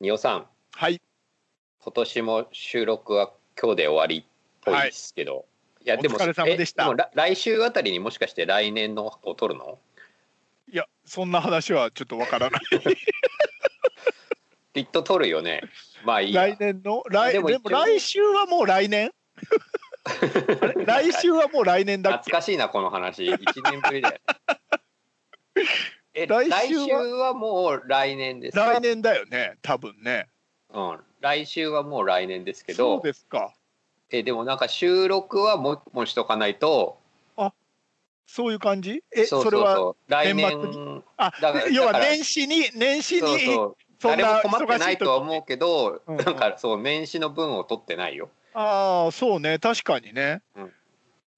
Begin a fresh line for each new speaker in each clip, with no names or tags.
仁尾さん、
はい。
今年も収録は今日で終わりっぽいですけど、い、やでも
お疲れ様でした
えもら来週あたりにもしかして来年のを取るの
いや、そんな話はちょっとわからない。
きっと取るよね。まあいいや。
来年の来
で
で
も
も
一応
来週はもう 来年あれ来週はもう来年だっ
懐
け
かしいなこの話。一年ぶりだよ。 え来
来
週
週は
はもう来年です。
来年だよね多分ね
うん。来週はもう来年ですけ
そう
ど、
ですか
えでもなんか収録はもうもうしとかないと、
そういう感じえ
そ
そ
そ
う
う
れは
そう来
年
年
末にあ
だから
要
だ
は
から
年始に年始
そう
に
そう
そん
誰
な
も困って
忙
な
し
い
い
とは
と
思うけど、
うん
なんかそう年始の分を取ってないよ。
ああそうね確かにね、
うん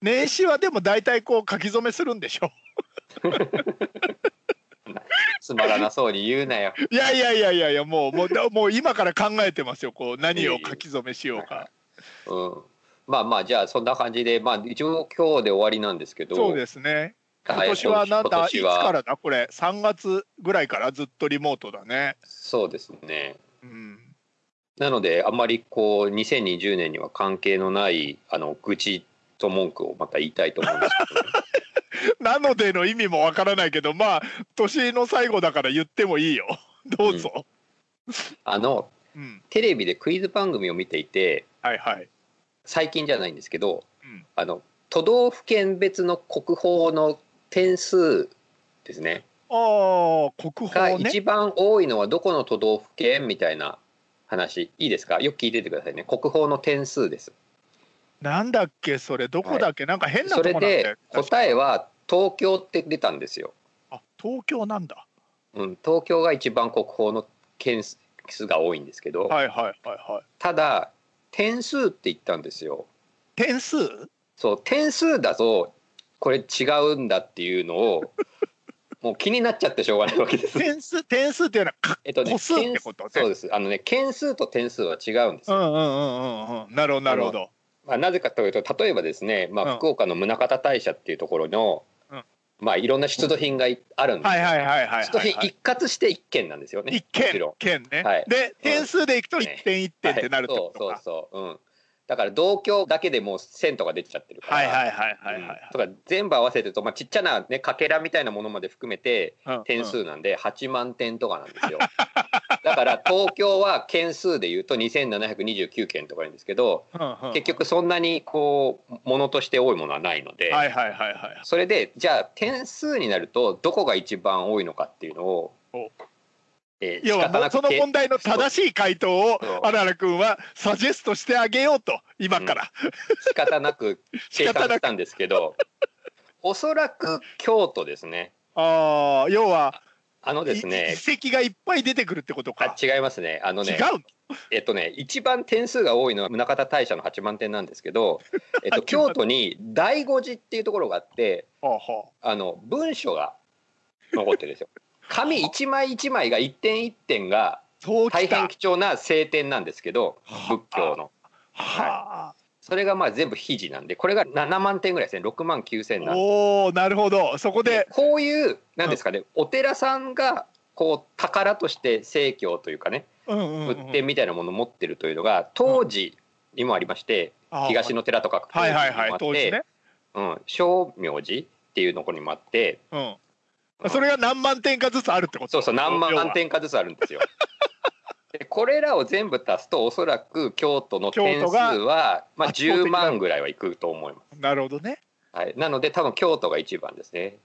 年始はでも大体こう書き初めするんでしょ
つまらなそうに言うなよ。
いやいやいやいやいやもうもうだもう今から考えてますよこう何を書き初めしようか
うん。まあまあじゃあそんな感じでまあ一応今日で終わりなんですけど。
そうですね
はい。
今年はなん
今
だい
年
つ
は
からだこれ3月ぐらいからずっとリモートだね
そうですね。
うん
なのであんまりこう2020年には関係のないあの愚痴と文句をまた言いたいと思 うんですけど。
なのでの意味もわからないけどまあ年の最後だから言ってもいいよ どうぞ、
あの
うん
テレビでクイズ番組を見ていて
はいはい
最近じゃないんですけど、
うん
あの都道府県別の国宝の点数ですね。
ああ国
が
宝
一
ね
番多いのはどこの都道府県みたいな話いいですかよく聞いててくださいね国宝の点数です
なんだっけそれどこだっけ、なんか変な
そ
とこ
れ
なんだよ
で答え
は
は東京って出たんですよ、
あ東京なんだ
うん、東京が一番国宝の件数が多いんですけど、
はいはいはいはい
ただ点数って言ったんですよ
点数
そう点数だとこれ違うんだっていうのを もう気になっちゃってしょうがないわけです
点数点数っていうのはか
えっとね
個数ってこと
点
ね
数そうですあのね件数と点数は違うんです
うんうんうんうんうんなるほどなるほど
まあ、なぜかというと例えばですね、ま
う
あ、
ん
福岡の宗像大社っていうところの、
うん
まあ、いろんな出土品がいあるんです
はいはいはいはいはい、
出土
は
品
い、
一括して一件なんですよね
一
もち
件
ろ
件ね、
はい
で点数でいくと
うん
一点一点ってなるっ
は
て
い
ことか、
そうそうそう、うん、だから同居だけでもう1000とか出ちゃってるから、
はいはいはいはいはい
うんとか全部合わせてると、まあ、ちっちゃな、ね、かけらみたいなものまで含めて
はい、うん
点
うん
数なんで8万点とかなんですよ だから東京は件数でいうと2729件とかなんですけど
うんうん
結局そんなにこうものとして多いものはないので、
はいはいはいはい
それでじゃあ点数になるとどこが一番多いのかっていうのを
お、
えー、仕
要は
方
もう
な
そ
く
の
て
問題の正しい回答を
そう
あらら君はサジェストしてあげようと今から、
仕方なく計
仕
算
方な
し
く
たんですけ どおそらく京都ですね
ああ要は
あのです
い
ね
遺跡がいっぱい出てくるってこと
あ
か、
違いますねあの
違
ね
うの
えっとね一番点数が多いのは宗像大社の8万点なんですけ ど、えっと、京都に醍醐寺っていうところがあって
ほうほ
あの文書が残ってるんですよ。紙一枚一枚が一点一点が
うそう
大
き
変
た
貴重な聖典なんですけど仏教の
はあ、
それがまあ全部ひじなんでこれが7万点ぐらいですね6万9千なんで
おおなるほどそこで
こういうなんですかね、お寺さんがこう宝として正教というかね
うんうんうん
仏典みたいなものを持ってるというのが当時にもありまして、
あー
東の寺とか
はいはいはい
もあって、
当時ね、
うん、正明寺っていうところにもあって
うん、それが何万点かずつあるってこと
そうそう何万点かずつあるんです よ。でこれらを全部足すとおそらく京都の点数
京都が
は、まあ、
圧倒的
10
な
万ぐらいはいくと思います。
なるほどね
はい、なので多分京都が一番ですね。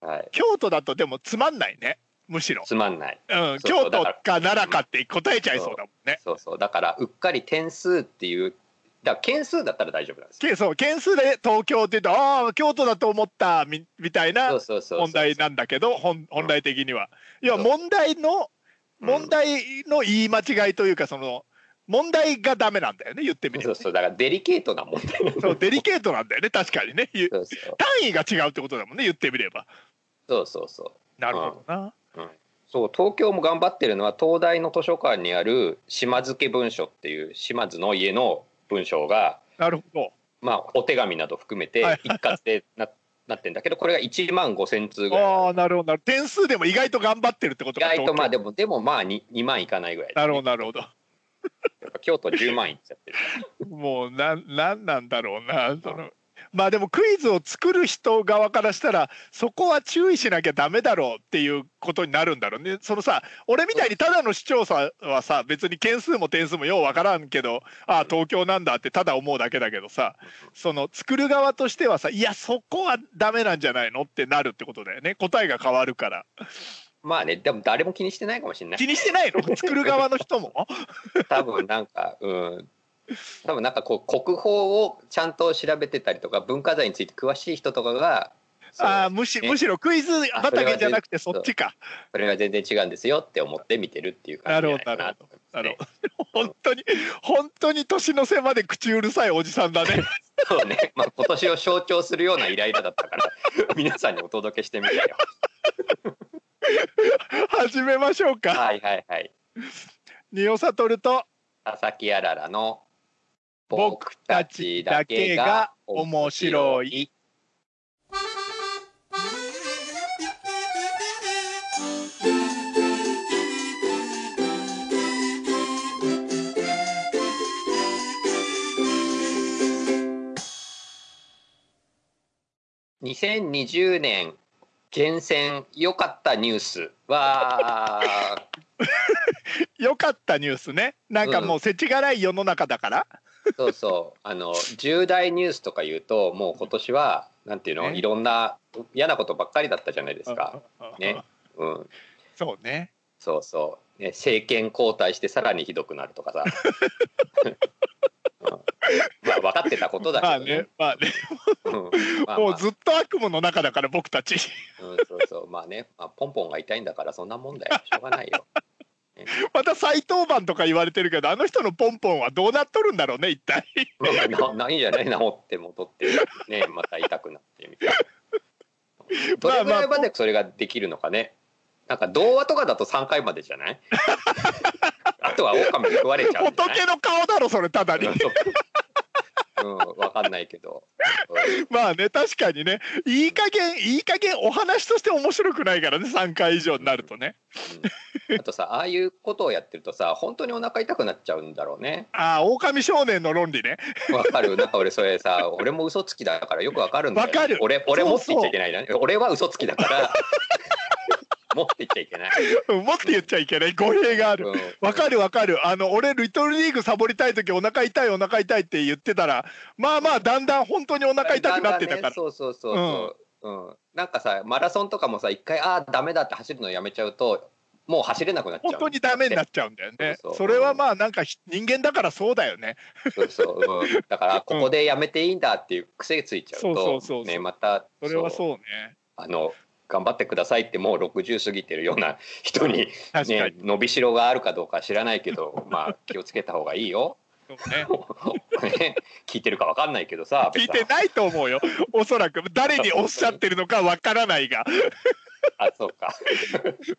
はい、
京都だとでもつまんないねむしろ、
つまんない。
うん、
そう
京
だ
都
から
か奈良かって答えちゃいそうだもんね
そうそう。だからうっかり点数っていう、だから件数だったら大丈夫なんですよ。
けそう件数で東京って言うとああ京都だと思ったみみたい
そ
な
うそうそうそう。
問題なんだけど本本来的には、いや
そう
問題の
うん
問題の言い間違いというかその問題がダメなんだよね言ってみれ
そ
ば
うそう。だからデリケートな問題。
そうデリケートなんだよね確かにねゆ
そうそう。
単位が違うってことだもんね言ってみれば
そうそうそう。
なるほどな、
そう東京も頑張ってるのは東大の図書館にある島津家文書っていう島津の家の文章が、
なるほど
まあ、お手紙など含めて
はい
一括でななってんだけどこれが1万5,000通ぐらい
ああなるほどなるほど点数でも意外と頑張ってるってこと
意
か
外とまあ
東
でもでもまあ 2, 2万いかないぐらい
京なるほどなるほど
やっぱ京都10万いっちゃっ てる
もうなんなんなんだろうなそのまあでもクイズを作る人側からしたらそこは注意しなきゃダメだろうっていうことになるんだろうねそのさ俺みたいにただの視聴者はさ別に件数も点数もようわからんけどああ東京なんだってただ思うだけだけどさその作る側としてはさいやそこはダメなんじゃないのってなるってことだよね答えが変わるから
まあねでも誰も気にしてないかもしれない
気にしてないの作る側の人も
多分なんかうん多分なんかこう国宝をちゃんと調べてたりとか文化財について詳しい人とかがそう
ああむし
ね
むしろクイズ畑じゃなくてそ
それは全然
っちか
それは全然違うんですよって思って見てるっていう感じじゃないかなと思いま
あ
す
の
ね。
本当に本当に年の瀬まで口うるさいおじさんだね
そうね、まあ、今年を象徴するようなイライラだったから皆さんにお届けしてみた よ。
始めましょうか
はいはいはい。
仁尾悟と
佐々木あららの
僕たちだけが面白い。
2020年厳選良かったニュースは
良かったニュースねなんかもう世知辛い世の中だから、
そうそうあの重大ニュースとか言うともう今年はなんていうの
ね
いろんな嫌なことばっかりだったじゃないですか。ねうん、
そうね
そうそう、ね、政権交代してさらにひどくなるとか さ、うんまあ分かってたことだ
まあ
けど
ね
ね、
まあね
うんまあま
も
あ
うずっと悪夢の中だから僕たち
うんそうそうまあね、まあ、ポンポンが痛いんだからそんなもんだよしょうがないよ
また再登板とか言われてるけどあの人のポンポンはどうなっとるんだろうね一体
まあ なないんじゃない治って戻ってねまた痛くなってみたい などれぐらいまでそれができるのかねなんか童話とかだと3回までじゃ ないあとは狼に食われちゃうんじゃない
仏の顔だろそれただに
うん、わかんないけど、うん
まあね確かにねいい加減いい加減お話として面白くないからね3回以上になるとね
うんあとさああいうことをやってるとさ本当にお腹痛くなっちゃうんだろうね
ああ狼少年の論理ね
わかるなんか俺それさ俺も嘘つきだからよくわかるんだよ
わかる
俺俺もって
そう
言
そう
っちゃいけないな俺は嘘つきだから もって言っちゃいけない
うんもっと言っちゃいけない語弊がある
うん
わかるわかるあの俺リトルリーグサボりたい時お腹痛いお腹痛いって言ってたらまあまあだんだん本当にお腹痛くなってた
だんだんね
から
そうそうそうそう、うんなんかさマラソンとかもさ一回ああダメだって走るのやめちゃうともう走れなくなっちゃう
本当にダメになっちゃうんだよね
そうそう
それはまあなんかひ人間だからそうだよね
そうそう、うん、だからここでやめていいんだっていう癖ついちゃうと、
そうそうそうそう
ねまた
それはそう
う
ね
あの頑張ってくださいってもう60過ぎてるような人に、
確か
ね
に、
伸びしろがあるかどうか知らないけど まあ気をつけた方がいいよ、
そうね
ね、聞いてるかわかんないけどさ
聞いてないと思うよおそらく誰におっしゃってるのかわからないが
あそうか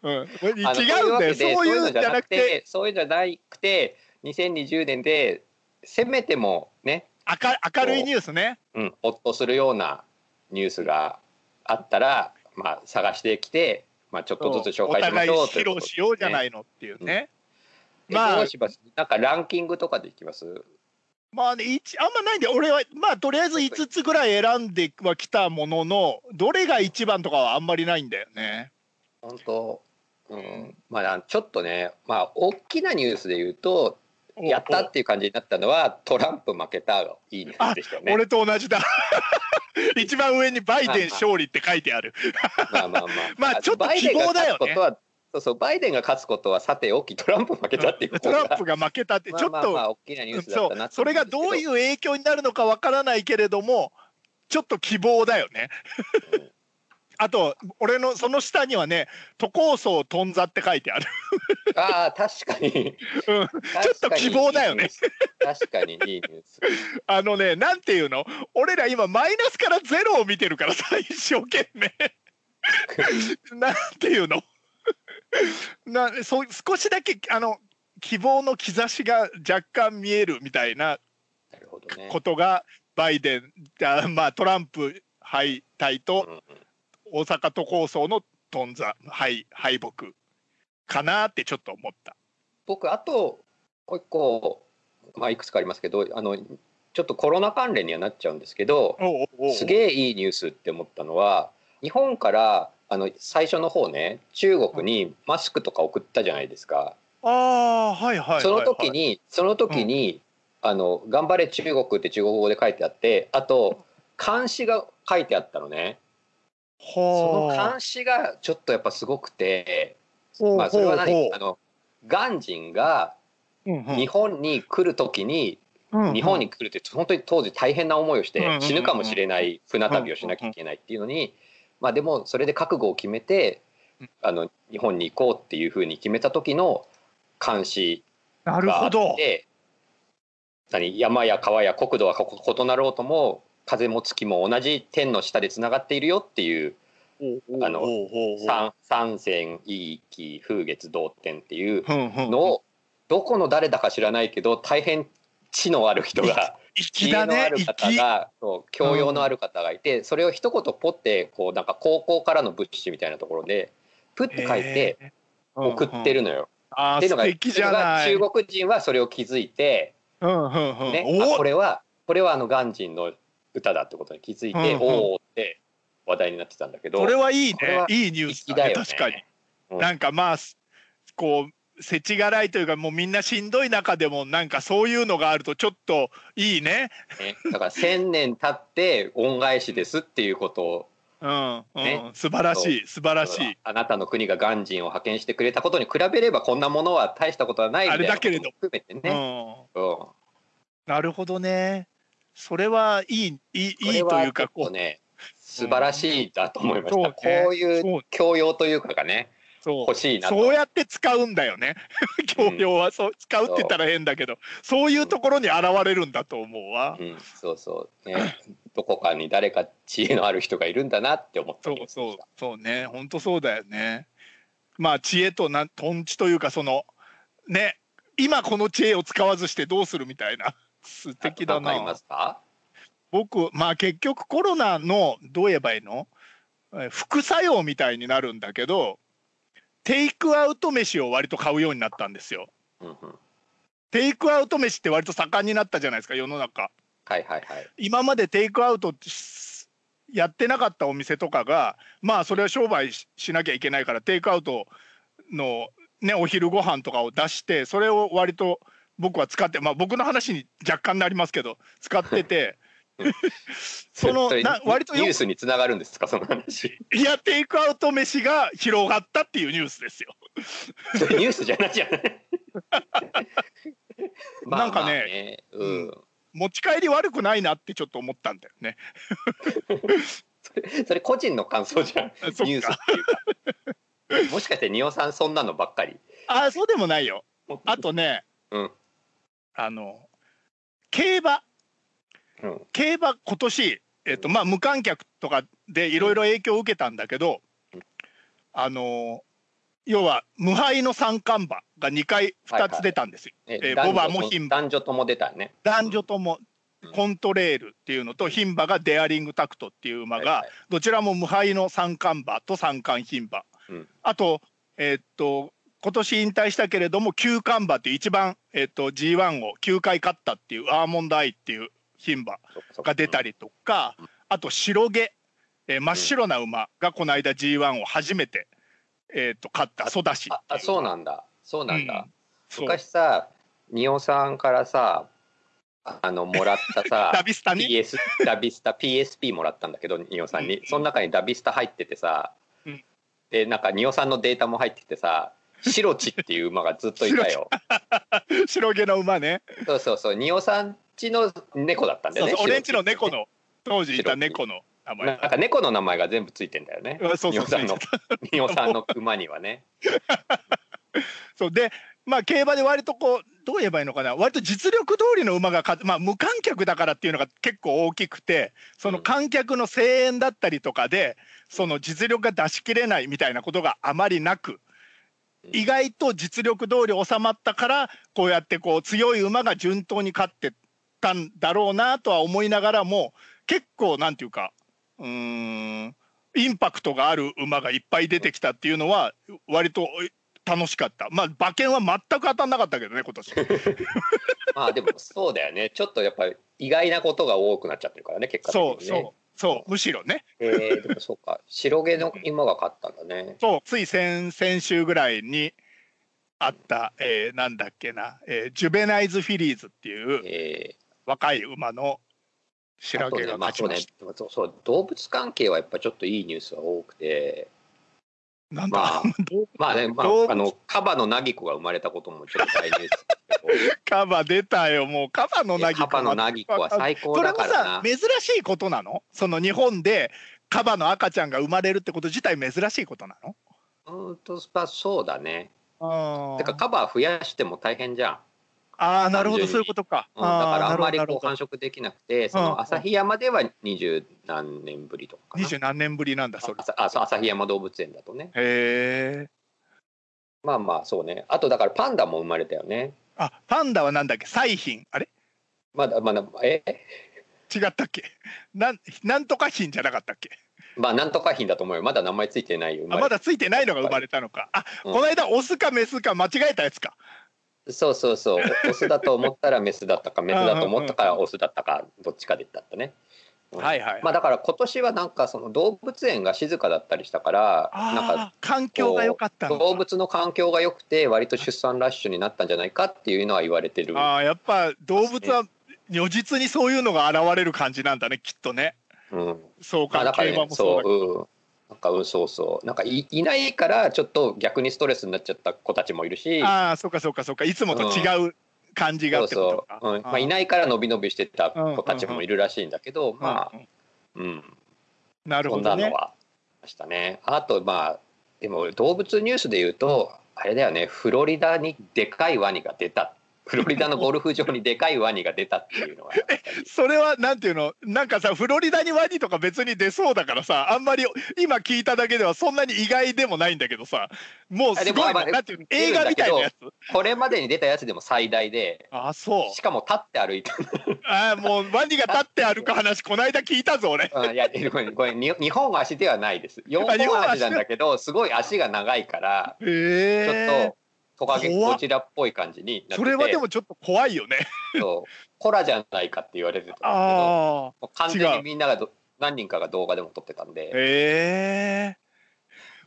うん、違うん
あの
だよそういう
わけ
んじ
で
ゃなくて
そういうんじゃなくて2020年でせめてもね、
明明るいニュースね
うん、ほっとするようなニュースがあったら、まあ、探してきて、まあ、ちょっとずつ紹
お
介しま
互い
しょう
披露しようじゃないのっていうね、ま
ま
あ
あ、どうしますなんかランキングとかでいきます
まあね一あんまないんで俺はまあとりあえず5つぐらい選んではきたもののどれが一番とかはあんまりないんだよね
本当、うん、まあちょっとねまあ大きなニュースで言うとやったっていう感じになったのはトランプ負けたがいいニュースでしたよ
お
ね。
俺と同じだ 一番上にバイデン勝利って書いてある
まあまあまあ。
まあちょっと希望だよね
バイデンが勝つことはそうそうバイデンが勝つことはさておきトランプ負けたっていうこと
ト
が
ランプが負けたってちょっと、
まあまあまあ大きなニュースだ
そ
ったな
うそれがどういうう影響になるのかわからないけれどもちょっと希望だよね
うん。
あと俺のその下にはね「都構想とんざ」って書いてある
ああ確かに
うんちょっと希望だよね
確かにいいニュース
あのねなんていうの俺ら今マイナスからゼロを見てるからさ一生懸 命なんていうのなそう少しだけあの希望の兆しが若干見えるみたいな
なるほどね
ことがバイデンあまあトランプ敗退と
うん
大阪都構想の頓挫敗敗北かなってちょっと思った。
僕あともう一個、まあ、いくつかありますけどあのちょっとコロナ関連にはなっちゃうんですけど
おうおうおう
すげえいいニュースって思ったのは日本からあの最初の方ね中国にマスクとか送ったじゃないですか。
ああーはいはいはい、はい、
その時にその時に、あの「頑張れ中国」って中国語で書いてあってあと漢詩が書いてあったのね。そ
ほ
の
う
漢詩がちょっとやっぱすごくて、
ほう
まあ、それは何
ほうほう
あの鑑真が
うんうん
日本に来る時に、
うんうん
日本に来るって本当に当時大変な思いをし
うんうんう
て
ん
死ぬかもしれない船旅をしなきゃいけないっていうのに、まあ、でもそれで覚悟を決めて
うん
あの日本に行こうっていうふうに決めた時の漢詩
なる
があ
ほ
っ
ど。
て何山や川や国土はここ異なろうとも風も月も同じ天の下でつながっているよっていうあの
ほうほうほう
三三線いい気風月同天っていう
ふんふん
のをどこの誰だか知らないけど大変知のある人が知
粋
恵
だ
のあ
ね
る方
粋
がそう教養のある方がいてそれを一言ポってこうなんか高校からの物資みたいなところでプッて書いて
へー
送ってるのよ。
あ
っ
あ
ていう
素
のが
敵じゃない。
中国人はそれを気づいて
うんうんうん
ね、あ
お
これはこれはあの鑑真の歌だってことに気づいて、
うんうん
おおって話題になってたんだけど
それはいい
これ
ね
はい
いニュースだね確かに、
うん
なんかまあすこう世知辛いというかもうみんなしんどい中でもなんかそういうのがあるとちょっといいね
ねだから千年経って恩返しですっていうことを
うん、うん
ね
素晴らしい素晴らしい
あなたの国が鑑真を派遣してくれたことに比べればこんなものは大したことはないみたいな
あれだけれど
ことも含めてね、
うん
うんこ
なるほどねそれはいいいいいいと
れ
い
は
うか
結
こ
構
う
ね素晴らしいだと思いました、
そうね
こういう
そう
教養というかがね
そう
欲しいなと
そうやって使うんだよね 教養はそう使うって言ったら変だけどそういうところに現れるんだと思うわ
うん、そうそうねどこかに誰か知恵のある人がいるんだなって思った
そう
りした
そうそうね本当そうだよねまあ知恵となんとんちというかそのね今この知恵を使わずしてどうするみたいな素敵だ
わかりま
な
すか
僕まあ結局コロナのどう言えばいいのえー副作用みたいになるんだけどテイクアウト飯を割と買うようになったんですよ
うんうん
テイクアウト飯って割と盛んになったじゃないですか世の中
はいはいはい。
今までテイクアウトってしやってなかったお店とかがまあそれは商売ししなきゃいけないからテイクアウトの、ね、お昼ご飯とかを出してそれを割と僕は使ってまあ僕の話に若干なりますけど使っ ててその
れ
な割とよ
ニュースにつながるんですかその 話。
いやテイクアウト飯が広がったっていうニュースですよ。
それニュースじゃないじゃない。 まあ
なんかね
まあねうん。
持ち帰り悪くないなってちょっと思ったんだよね。
それ個人の感想じゃん。
あそっか
ニュースっていうか。も しかしてニオさんそんなのばっかり。
あそうでもないよ。あとね、
うん
あの競馬
うん
競馬今年、えっとまあ、無観客とかでいろいろ影響を受けたんだけど、
うん
あの要は無敗の三冠馬が2回
はいは
2
い
つ出たんですよ、
ね
えー
男女
ボバも牝馬
男女とも出たね。
男女とも
うん
コントレールっていうのと牝馬がデアリングタクトっていう馬
は
が
いはい
どちらも無敗の三冠馬と三冠牝馬、
うん
あとえっと今年引退したけれども九冠馬っていう一番、えっと G1 を9回勝ったっていうアーモンドアイっていう牝馬
そっかそっか
が出たりとか
うん、
あと白毛、えー真っ白な馬がこの間 G1 を初めて、えー、と勝ったソダシってい
ああそうなんだ。そうなんだ。
そう
昔さニオさんからさあのもらったさ。
ダビスタに、
PS ダビスタ PSP もらったんだけどニオさん
う
に
ん
その中にダビスタ入っててさ、
うん
でなんかニオさんのデータも入っててさシロチっていう馬がずっといたよ
白毛の馬ね
そうそうそうニオさんちの猫だったんだ
そ
よ
う
ね
そ
シロ
う俺ん
チっ
ち
て
の猫の当時いた
白毛
猫の名前
なんか猫の名前が全部ついてんだよね
うんそう
ニ
そ
オ
う
さんのニオさんの馬にはね
そうでまあ競馬で割とこうどう言えばいいのかな割と実力通りの馬が勝つ、まあ、無観客だからっていうのが結構大きくてその観客の声援だったりとかでその実力が出し切れないみたいなことがあまりなく
うん
意外と実力通り収まったからこうやってこう強い馬が順当に勝ってったんだろうなとは思いながらも結構なんていうか、ううーんインパクトがある馬がいっぱい出てきたっていうのは割と楽しかったまあ馬券は全く当たんなかったけどね 今年
まあでもそうだよねちょっとやっぱり意外なことが多くなっちゃってるからね結果的にね
そうそうそうむしろね
えー、でもそうか白毛の馬が勝ったんだね
そうつい先先週ぐらいにあった、えーなんだっけな、えージュベナイズフィリーズっていう
え
若い馬の
ー、あ
白
と
毛
ね
が
まあ
勝ち
そう
ま
ね
し
でもそうそう動物関係はやっぱちょっといいニュースが多くて
た、なんだ、
まあ
どう
まあねま
動
あ
物
あのカバのナギコが生まれたこともちょっと大ニュースです
カバ出たよもうカバ
け
の
どいや
なぎ
カバのナギコは最高
それ
だ
も
から
さ
な
珍しいことなのその日本でカバの赤ちゃんが生まれるってこと自体珍しいことなの
うんとまあそうだね
あ
てかカバー増やしても大変じゃん、
あーなるほど
単純に
そういうことか、
うん、だからあんまり
なる
こ
ほ
う繁
どなる
殖できなくてそ
うん
の旭山では二十何年ぶりとか
ほ
か
ど
な
二十何年ぶりなんだそれ
ああそう旭山動物園だとね
へえ
まあまあそうねあとだからパンダも生まれたよね
あパンダはなんだっけ彩品あれ
まだまだえ
違ったっけなんなんとか品じゃなかったっけ
まあなんとか品だと思うよまだ名前ついてないよ
あまだついてないのが生まれたのかあ、
うん
この間オスかメスか間違えたやつか
そうそうそうおオスだと思ったらメスだったかメスだと思ったからオスだったかどっちかでだったね、うん
はいはいはい
まあだから今年はなんかその動物園が静かだったりしたからなんか
あー環境が良かったのか
動物の環境が良くて割と出産ラッシュになったんじゃないかっていうのは言われてる
あーやっぱ動物は如実にそういうのが現れる感じなんだねきっとね
うん、
そう
まあ
か
だから、
競馬
ね、
もそう
そ
だけ
う、うん、なんかうんそうそうなんかいいないからちょっと逆にストレスになっちゃった子たちもいるし
どああそうかそうかそうかいつもと違う感じが
そ
っ
う
てこと
そ
か
う、うんまあ、い
い
ないから伸び伸びしてた子たちもいるらしいんだけど、まあ、うん、
なる
そ
ほ
ん
ど
なの
ね
はありましたね。あとまあでも動物ニュースで言うとあれだよねフロリダにでかいワニが出たフロリダのゴルフ場にでかいワニが出たっていう のは
それはなんていうのなんかさフロリダにワニとか別に出そうだからさあんまり今聞いただけではそんなに意外でもないんだけどさもうすご
あでもま
いな
あ
なんていうの
出る
映
んだけど
画みたいなやつ
これまでに出たやつでも最大で
あーそ
しかも立って歩いて
うあーもうワニが立って歩く話こないだ聞いたぞ俺
うんいやごめん ごめんに2本足ではないです4
あ二本
本
足
足なんだけどすごい足が長いからちょっ
え
とトカゲ
怖っ
ゴジラっぽい感じになってて
それはでもちょっと怖い よね
そうコラじゃないかって言われてたんですけど
ああ
もう完全
違う
にみんながど何人かが動画でも撮ってたんで。
え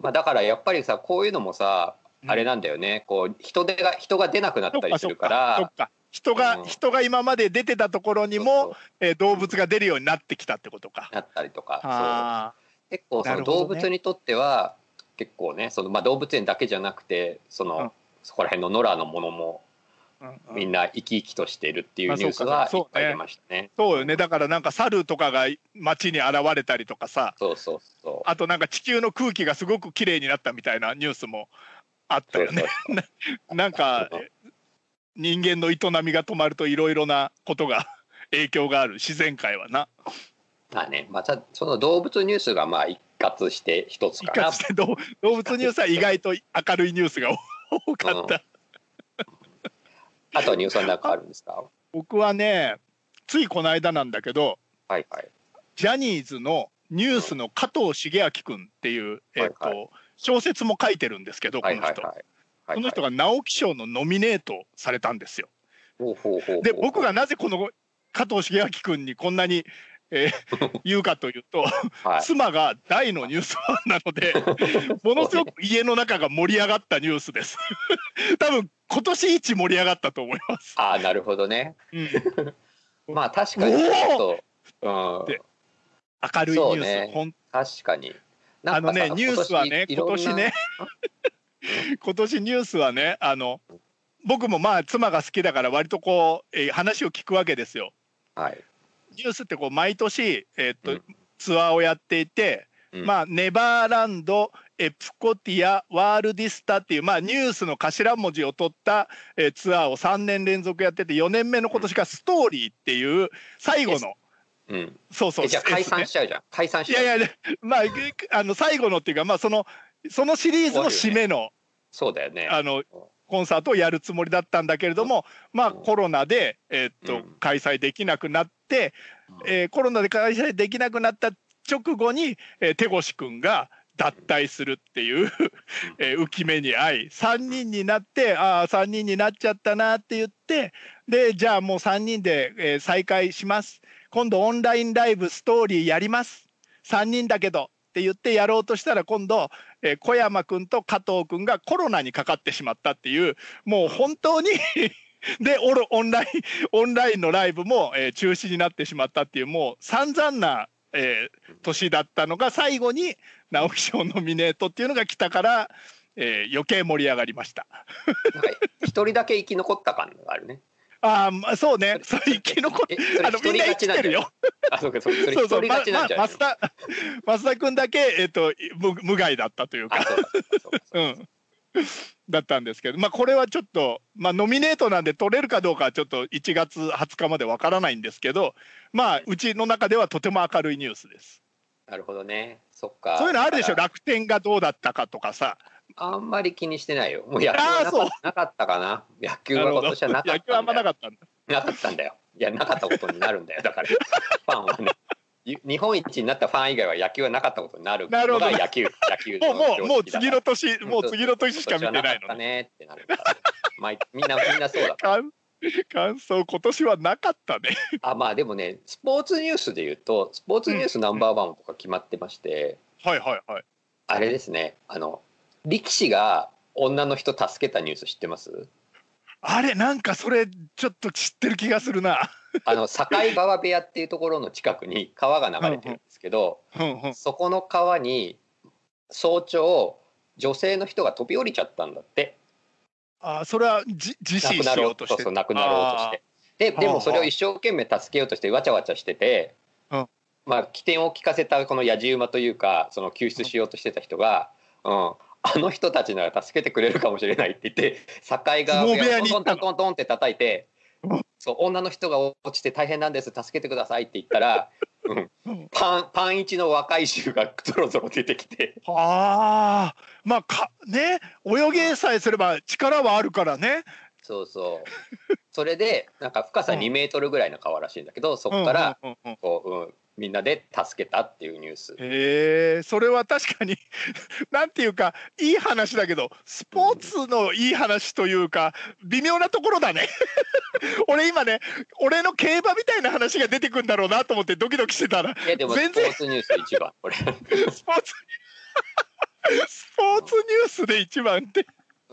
まあ、だからやっぱりさこういうのもさ
うん
あれなんだよね、こう人手が人が出なくなっ
そ
た
っ
り
か
す
そっ
るか
かそ
ら
っか人が、
うん
人が今まで出てたところにも
そうそ
えー動物が出るようになってきたってことか
う。なったりとか
あ
そう結構そ
なる
の
ほどね
動物にとっては、結構ねその、まあ、動物園だけじゃなくてその、
うん
そこら辺の野良のものも
ーうんうん
みんな生き生きとしているってい
ま
う
あ
ニュースはい
そう
っ
かそう
ぱ
ね
い出ましたね。
そうよねだからなんか猿とかが街に現れたりとかさ
そうそうそう
あとなんか地球の空気がすごく綺麗になったみたいなニュースもあった
そう
よ
そうそ
ね。
う
なんかえ人間の営みが止まるといろいろなことが影響がある自然界はな。
まあね、まあ、たその動物ニュースがまあ一括して一つ
一
か
括
な
して動動物ニュースは意外と明るいニュースが多かった。
あとはニュースは何かあるんですか
僕はねついこの間なんだけど
はいはい
ジャニーズのニュースの加藤茂明君っていう、えっと
はい
小説も書いてるんですけどこ
は
の
い
人、
はいはいはいはい
この人が直木賞のノミネートされたんですよ。
ほうほうほうほう
で僕がなぜこの加藤茂明君にこんなに、え ー言うかというと、
はい
妻が大のニュースファンなの でものすごく家の中が盛り上がったニュースです。 多分今年一盛り上がったと思います。
ああなるほどね。
うん
まあ確かにちょっと、うん
で、明るいニュ
そ
ース、
うね
ほん
確かに。
あのねニュースはね今年ね。 今年ニュースはねあの僕もまあ妻が好きだから割とこう、えー話を聞くわけですよ。
今年
ニュースってこう毎年、えーっと
うん
ツアーをやっていて、
うん
まあ、ネバーランドエプコティアワールディスタっていう、まあ、ニュースの頭文字を取った、えーツアーを3年連続やってて4年目の今年がストーリーっていう最後の、
うん。うん。
そうそう
えじゃあ解散
です
しちゃうじゃん。解散し
ねい
ちゃう。
やいや、まあ、げあの最後のっていうか、まあ、そのそのシリーズの締めの。
そうだよね。
あのコンサートをやるつもりだったんだけれども、まあ、
うん
コロナで、えーっと
うん
開催できなくなって、
うん
えーコロナで開催できなくなった直後に、えー手越くんが脱退するっていう、えー浮き目に遭い3人になってああ3人になっちゃったなって言ってでじゃあもう3人で、えー再開します今度オンラインライブストーリーやります3人だけどって言ってやろうとしたら今度、えー小山くんと加藤くんがコロナにかかってしまったっていうもう本当に でオロオンラインオンラインのライブも、えー中止になってしまったっていうもう散々な、えー年だったのが最後に直木賞ノミネートっていうのが来たから、えー余計盛り上がりました。
なんか一人だけ生き残った感があるね。
あー、まあ、そうねそれ生き残っ
えそれ
あの
一
みん
人
な
勝
生
ち
き
なんじ
て
ゃな
る
い
よ。
あそうかそうそれ一
そうそ
人
う、ま、ま、
勝ちなんじゃない
増田、増田君だけ、えっ、と、無、無害だったという
あ
か、
そうかそうかそううか
ん。 だったんですけど、まあ、これはちょっと、まあ、ノミネートなんで取れるかどうかはちょっと1月20日までわからないんですけど、まあ、うちの中ではとても明るいニュースです。
なるほどね。そっか。
そういうのあるでしょ、
だから
楽天がどうだったかとかさ、
あんまり気にしてないよ。もう野球
あー
はなか
そう
なかったかな。野球
な
は
るほ
今
ど
年はなか
野
っ
球はあ
た
ん
ん
ま
だ
な
よ。
かったんだ。
なかったんだよ。いや、なかったことになるんだよ。だから、ファンはね。 ゆ日本一になったファン以外は野球はなかったことになる
なるほ
の
ど
が野球、野球の
もう、 もう、もう
常識だか
次
ら
の年、もう次の年しか見てな
今年はか
い
っ
の
た
ね。
ねってなるから。毎みんな、 みんなそうだ。
感感想、今年はなかったね。
あ、まあでもね、スポーツニュースで言うと、スポーツニュースナンバーワンとか決まってまして、
はいはいはい。
あれですね、あの、力士が女の人助けたニュース知ってます
あれなんかそれちょっと知ってる気がするな。
あの、境川部屋っていうところの近くに川が流れてるんですけど、
うんうん
そこの川に早朝女性の人が飛び降りちゃったんだって
あそれはじ自
亡
死
くな
し
ろ
よ
う
う
と
と
そう
して。
そう亡くなろうとしてでで
はあは
も
あ
それを一生懸命助けようとしてわちゃわちゃしてて、
うん
まあ起点を利かせたこのやじ馬というかその救出しようとしてた人が、うん、あの人たちなら助けてくれるかもしれないって言って境川
相撲部屋に
ト
行っ
ン
た
ト
の
ントントンって叩いて
うん。
そう女の人が落ちて大変なんです助けてくださいって言ったら、うん
うん、
パンパン一の若い衆がぞろぞろ出てきて
ああまあかね泳げさえすれば力はあるからね。
そうそう。それで、なんか深さ
うん
2メートルぐらいの川らしいんだけど、そ
う
こ
ん
から、
うんうんうん
こう、うん、みんなで助けたっていうニュース。
へえそれは確かに なんていうかいい話だけどスポーツのいい話というか微妙なところだね 俺今ね俺の競馬みたいな話が出てくんだろうなと思ってドキドキしてたら
いや、でも、ス
全
ポ
然
ーツニュース一番、これ。
スポーツ スポーツニュースで一番って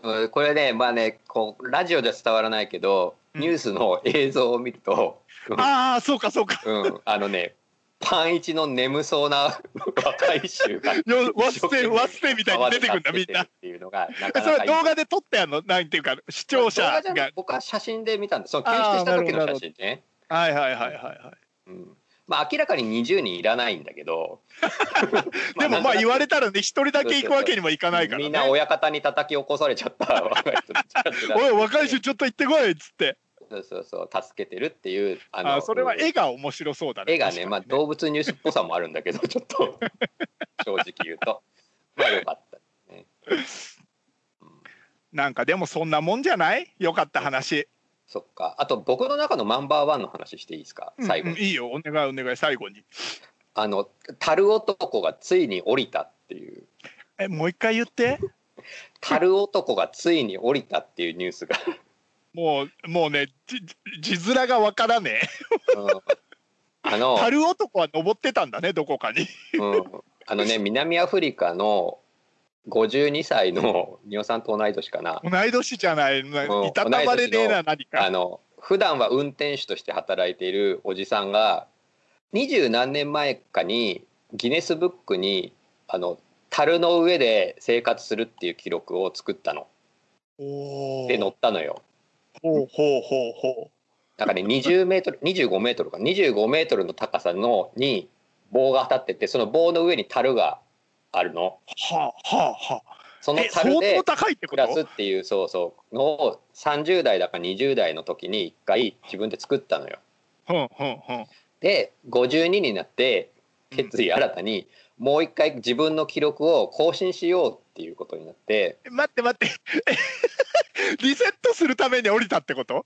うんこれね、まあね、こう、ラジオじゃ伝わらないけど、
うん
ニュースの映像を見ると、
ああそうかそうか
うん、あのね、パン一の眠そうな若い衆が。
よ ワッセワッセみたいに出てくん
川
だ
で助
み
け
ん
てる
な
っていうのが、な
え
か
そ
な
れ
かいい
動画で撮ってあんのなんていうか視聴者
動画
が
じゃなくて僕は写真で見たんです。その救出した時の写真ね。
はいはいはいはいは
うんまあ明らかに20人いらないんだけ ど
いでもまあ言われ
て
たらね一人だけ行くわけにもいかないから
みん
ね
な親方に叩き起こされちゃ った若い人たちがずらっ
お
と
い若い衆ちょっと行ってこいっつって
そうそうそう助けてるっていうあ
あーそれ
う
は
ん
絵が面白そうだね
絵がね
確
ま
か
あ
に
動物ニュースっぽさもあるんだけどちょっ と正直言うとまあよかったですね
なんかでもそんなもんじゃないよかった話
そっかあと僕の中のマンバーワンの話していいですか最後
うん
に、
うんいいよお願いお願い最後に
あの樽男がついに降りたっていう
えもう一回言って
樽男がついに降りたっていうニュース が
もうもうねじじ字面がわからねえ
うんあの、
春男は登ってたんだねどこかに
うん、あのね、南アフリカの52歳のニオさんと同い年かな。
同い年じゃないな
うん
いたたまれねえな何
あ
か
の、普段は運転手として働いているおじさんが、二十何年前かにギネスブックに、あの、樽の上で生活するっていう記録を作ったの。
お
で、
ー
乗ったのよ。
ほうほうほうほ
なんかね、20メートル、25メートルか、25メートルの高さのに棒が当たってて、その棒の上に樽があるの。
うはあはあはあ
その
え相
樽で
当高いってこ
暮らす
と
っていうそうそうのを30代だか20代の時に一回自分で作ったのよ。
うんうんうん
で52になって決意新たにもう一回自分の記録を更新しようっていうことになって
え待って待って えリセットするために降りたってこと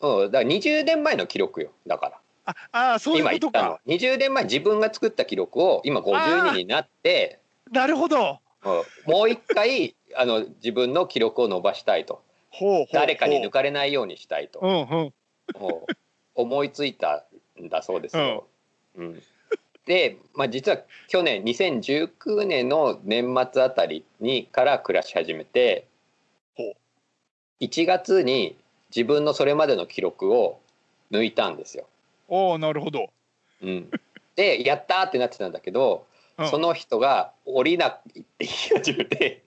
うんだから20年前の記録よだから
ああーそういう
今
こ
言
と
ったのは
か。
20年前自分が作った記録を今52になって
なるほど。
うんもう一回あの自分の記録を伸ばしたいと
ほうほう
誰かに抜かれないようにしたいと
うんうん。
もう思いついたんだそうですよ。うんで、まあ、実は去年2019年の年末あたりにから暮らし始めて
ほう
1月に自分のそれまでの記録を抜いたんですよ。
おおなるほど。
うん、でやったーってなってたんだけど、
うん
その人が降りないって言い始め て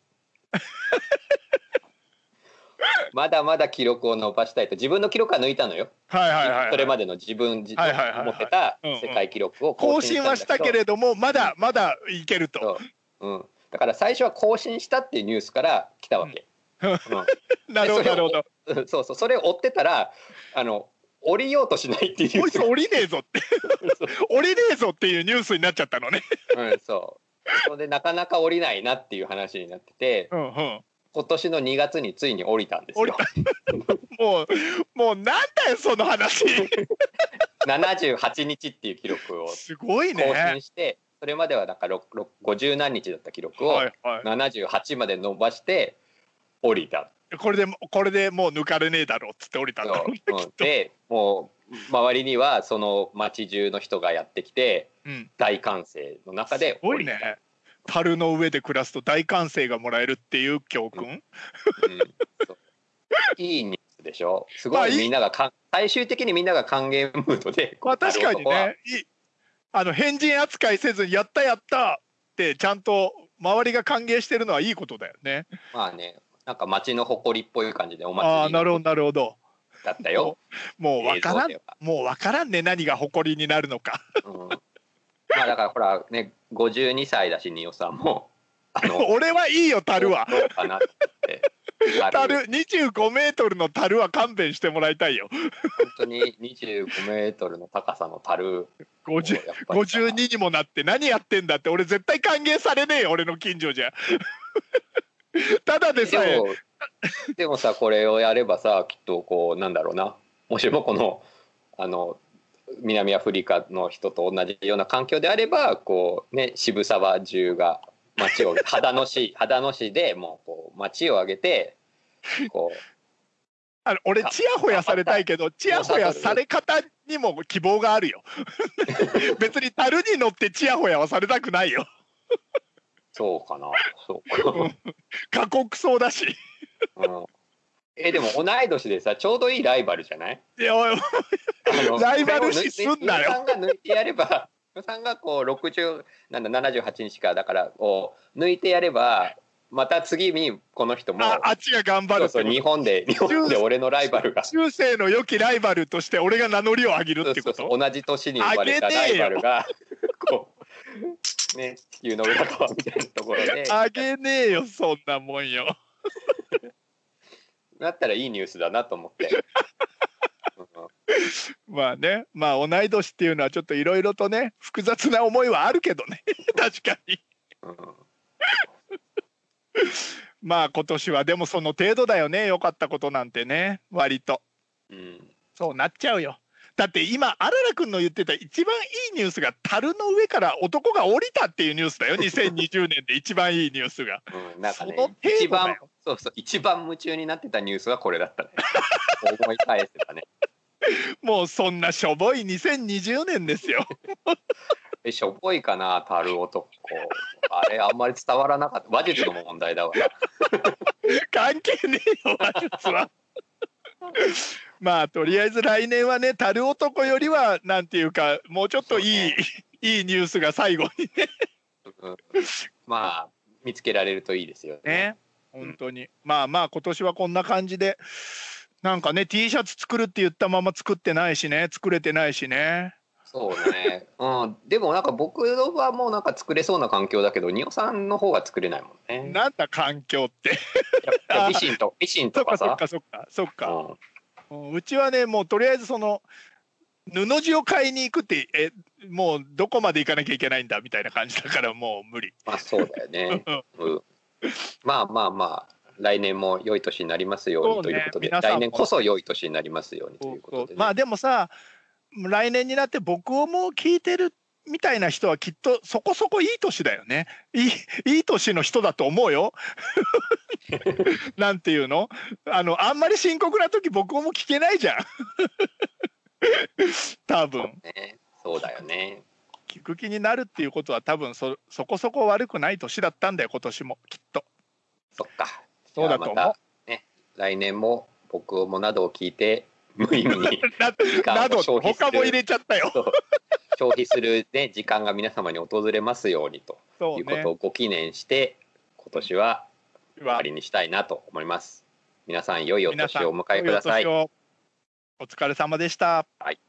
まだまだ記録を伸ばしたいと自分の記録は抜いたのよ、
はいはいはいはい。
それまでの自分自
はいはいはいはい
持ってた
うんうん
世界記録を
更
更新
新はしたけれどもまだまだいけると。
ど、そううん、だから最初は更新したっていうニュースから来たわけ、
うんなるほどなるほど。
うんそうそうそれを追ってたらあの降りようとしないっていうニュ
こ
ー
い
ス
つ
が
降りねえ ぞって降りねえぞっていうニュースになっちゃったのね。
うん、そうそれでなかなか降りないなっていう話になってて
うんうん。
今年の2月についに降りたんです
降り
よ
た。もうもうなんだよその話。
78日っていう記録を更
すごいね
新。してそれまではなんかろくろく50何日だった記録を
はいは
78まで伸ばして降りた
い。これでもこれでもう抜かれねえだろうっつって降りたんだ ろうね
そううんでもう周りにはその町中の人がやってきて
うん。
大歓声の中です
ご
降
い
りた、
ね。樽の上で暮らすと大歓声がもらえるっていう教訓。
うんそういいニュースでしょすごい,、
まあいい
みんながかん最終的にみんなが歓迎ムードで
まあ確かに
ここは
ね。いいあの変人扱いせずにやったやったってちゃんと周りが歓迎してるのはいいことだよね。
まあねなんか町の誇りっぽい感じでお
あ
祭
あーな
り
るほどなるほど。
だったよ。
もうわからん
映像では
もうわからんね何が誇りになるのか。
うんまあだからほらね52歳だし二葉さんもあ
俺はいいよ樽は。
どうかなって
樽
樽
25メートルの樽は勘弁してもらいたいよ。
本当に25メートルの高さの樽を
50
やっぱり
52にもなって何やってんだって俺絶対歓迎されねえよ俺の近所じゃ ただでさえ
でも でもさこれをやればさきっとこうなんだろうなもしもこのあの南アフリカの人と同じような環境であればこうね渋沢中が町 を秦野市秦野市でもうこう町を挙げてこう
あの俺チヤホヤされたいけどチヤホヤされ方にも希望があるよ 別に樽に乗ってチヤホヤはされたくないよ
そうかなそうかな。
過酷そうだし
うんえでも同い年でさちょうどいいライバルじゃない
いやおい
あの
ライバル視すんなよ
それを抜いてさんが抜いてやれば 伊さんがこう60なんだ78日かだからを抜いてやればまた次にこの人も
ああっちが頑張
そ
る
うそう日本で日本で俺のライバルが
中世の良きライバルとして俺が名乗りを上げるってこと
そうそう同じ年に生まれたライバルがこうね地球の裏側みたいなところで
あげねえよそんなもんよ
なったらいいニュースだなと思って。うん
まあねまあ同い年っていうのはちょっといろいろとね複雑な思いはあるけどね 確かに
うん
まあ今年はでもその程度だよね良かったことなんてね割と
うん
そうなっちゃうよだって今あららくんの言ってた一番いいニュースが樽の上から男が降りたっていうニュースだよ2020年で一番いいニュースが
うんなんかね
その程度だよ
一番そうそう一番夢中になってたニュースはこれだった ね思い返せたね
もうそんなしょぼい2020年ですよ
えしょぼいかな樽男あれあんまり伝わらなかった話術の問題だわ
関係ねえよ話術はまあとりあえず来年はね樽男よりはなんていうかもうちょっといい、いいニュースが最後に
うんまあ見つけられるといいですよね
ね、本当に、まあまあ今年はこんな感じでなんかね T シャツ作るって言ったまま作ってないしね作れてないしね
そうね、うん、でもなんか僕はもうなんか作れそうな環境だけど仁オさんの方が作れないもんね
なんだ環境って
いや維新と維新
そ
と
っか
か
そ
さ
っかそっかそっか、
うん
うんうちはねもうとりあえずその布地を買いに行くってえもうどこまで行かなきゃいけないんだみたいな感じだからもう無理
まあそうだよ ね
うん
うん、まあまあまあ来年も良い年になりますように
そう
と
ね
いうことで、
皆さんも
来年こそ良い年になりますようにということで、ね、
まあでもさ来年になって僕をもう聞いてるみたいな人はきっとそこそこいい年だよねいいいい年の人だと思うよ なんていうのあのあんまり深刻な時僕も聞けないじゃん 多分
ね、そうだよね。
聞く気になるっていうことは多分そそこそこ悪くない年だったんだよ今年もきっと
そっか。
そうだと思う
じゃあまたね、来年も僕をもなどを聞いて無意味に時
なな
間
ど
を消費する
他も入れちゃったよ
そう消費する ね時間が皆様に訪れますようにと
そ
いううこ
ね
とをご記念して今年は
う
終
わ
わりにしたいなと思います。皆さん良いお年をお迎えください。
お迎えくださいお疲れ様でした
はい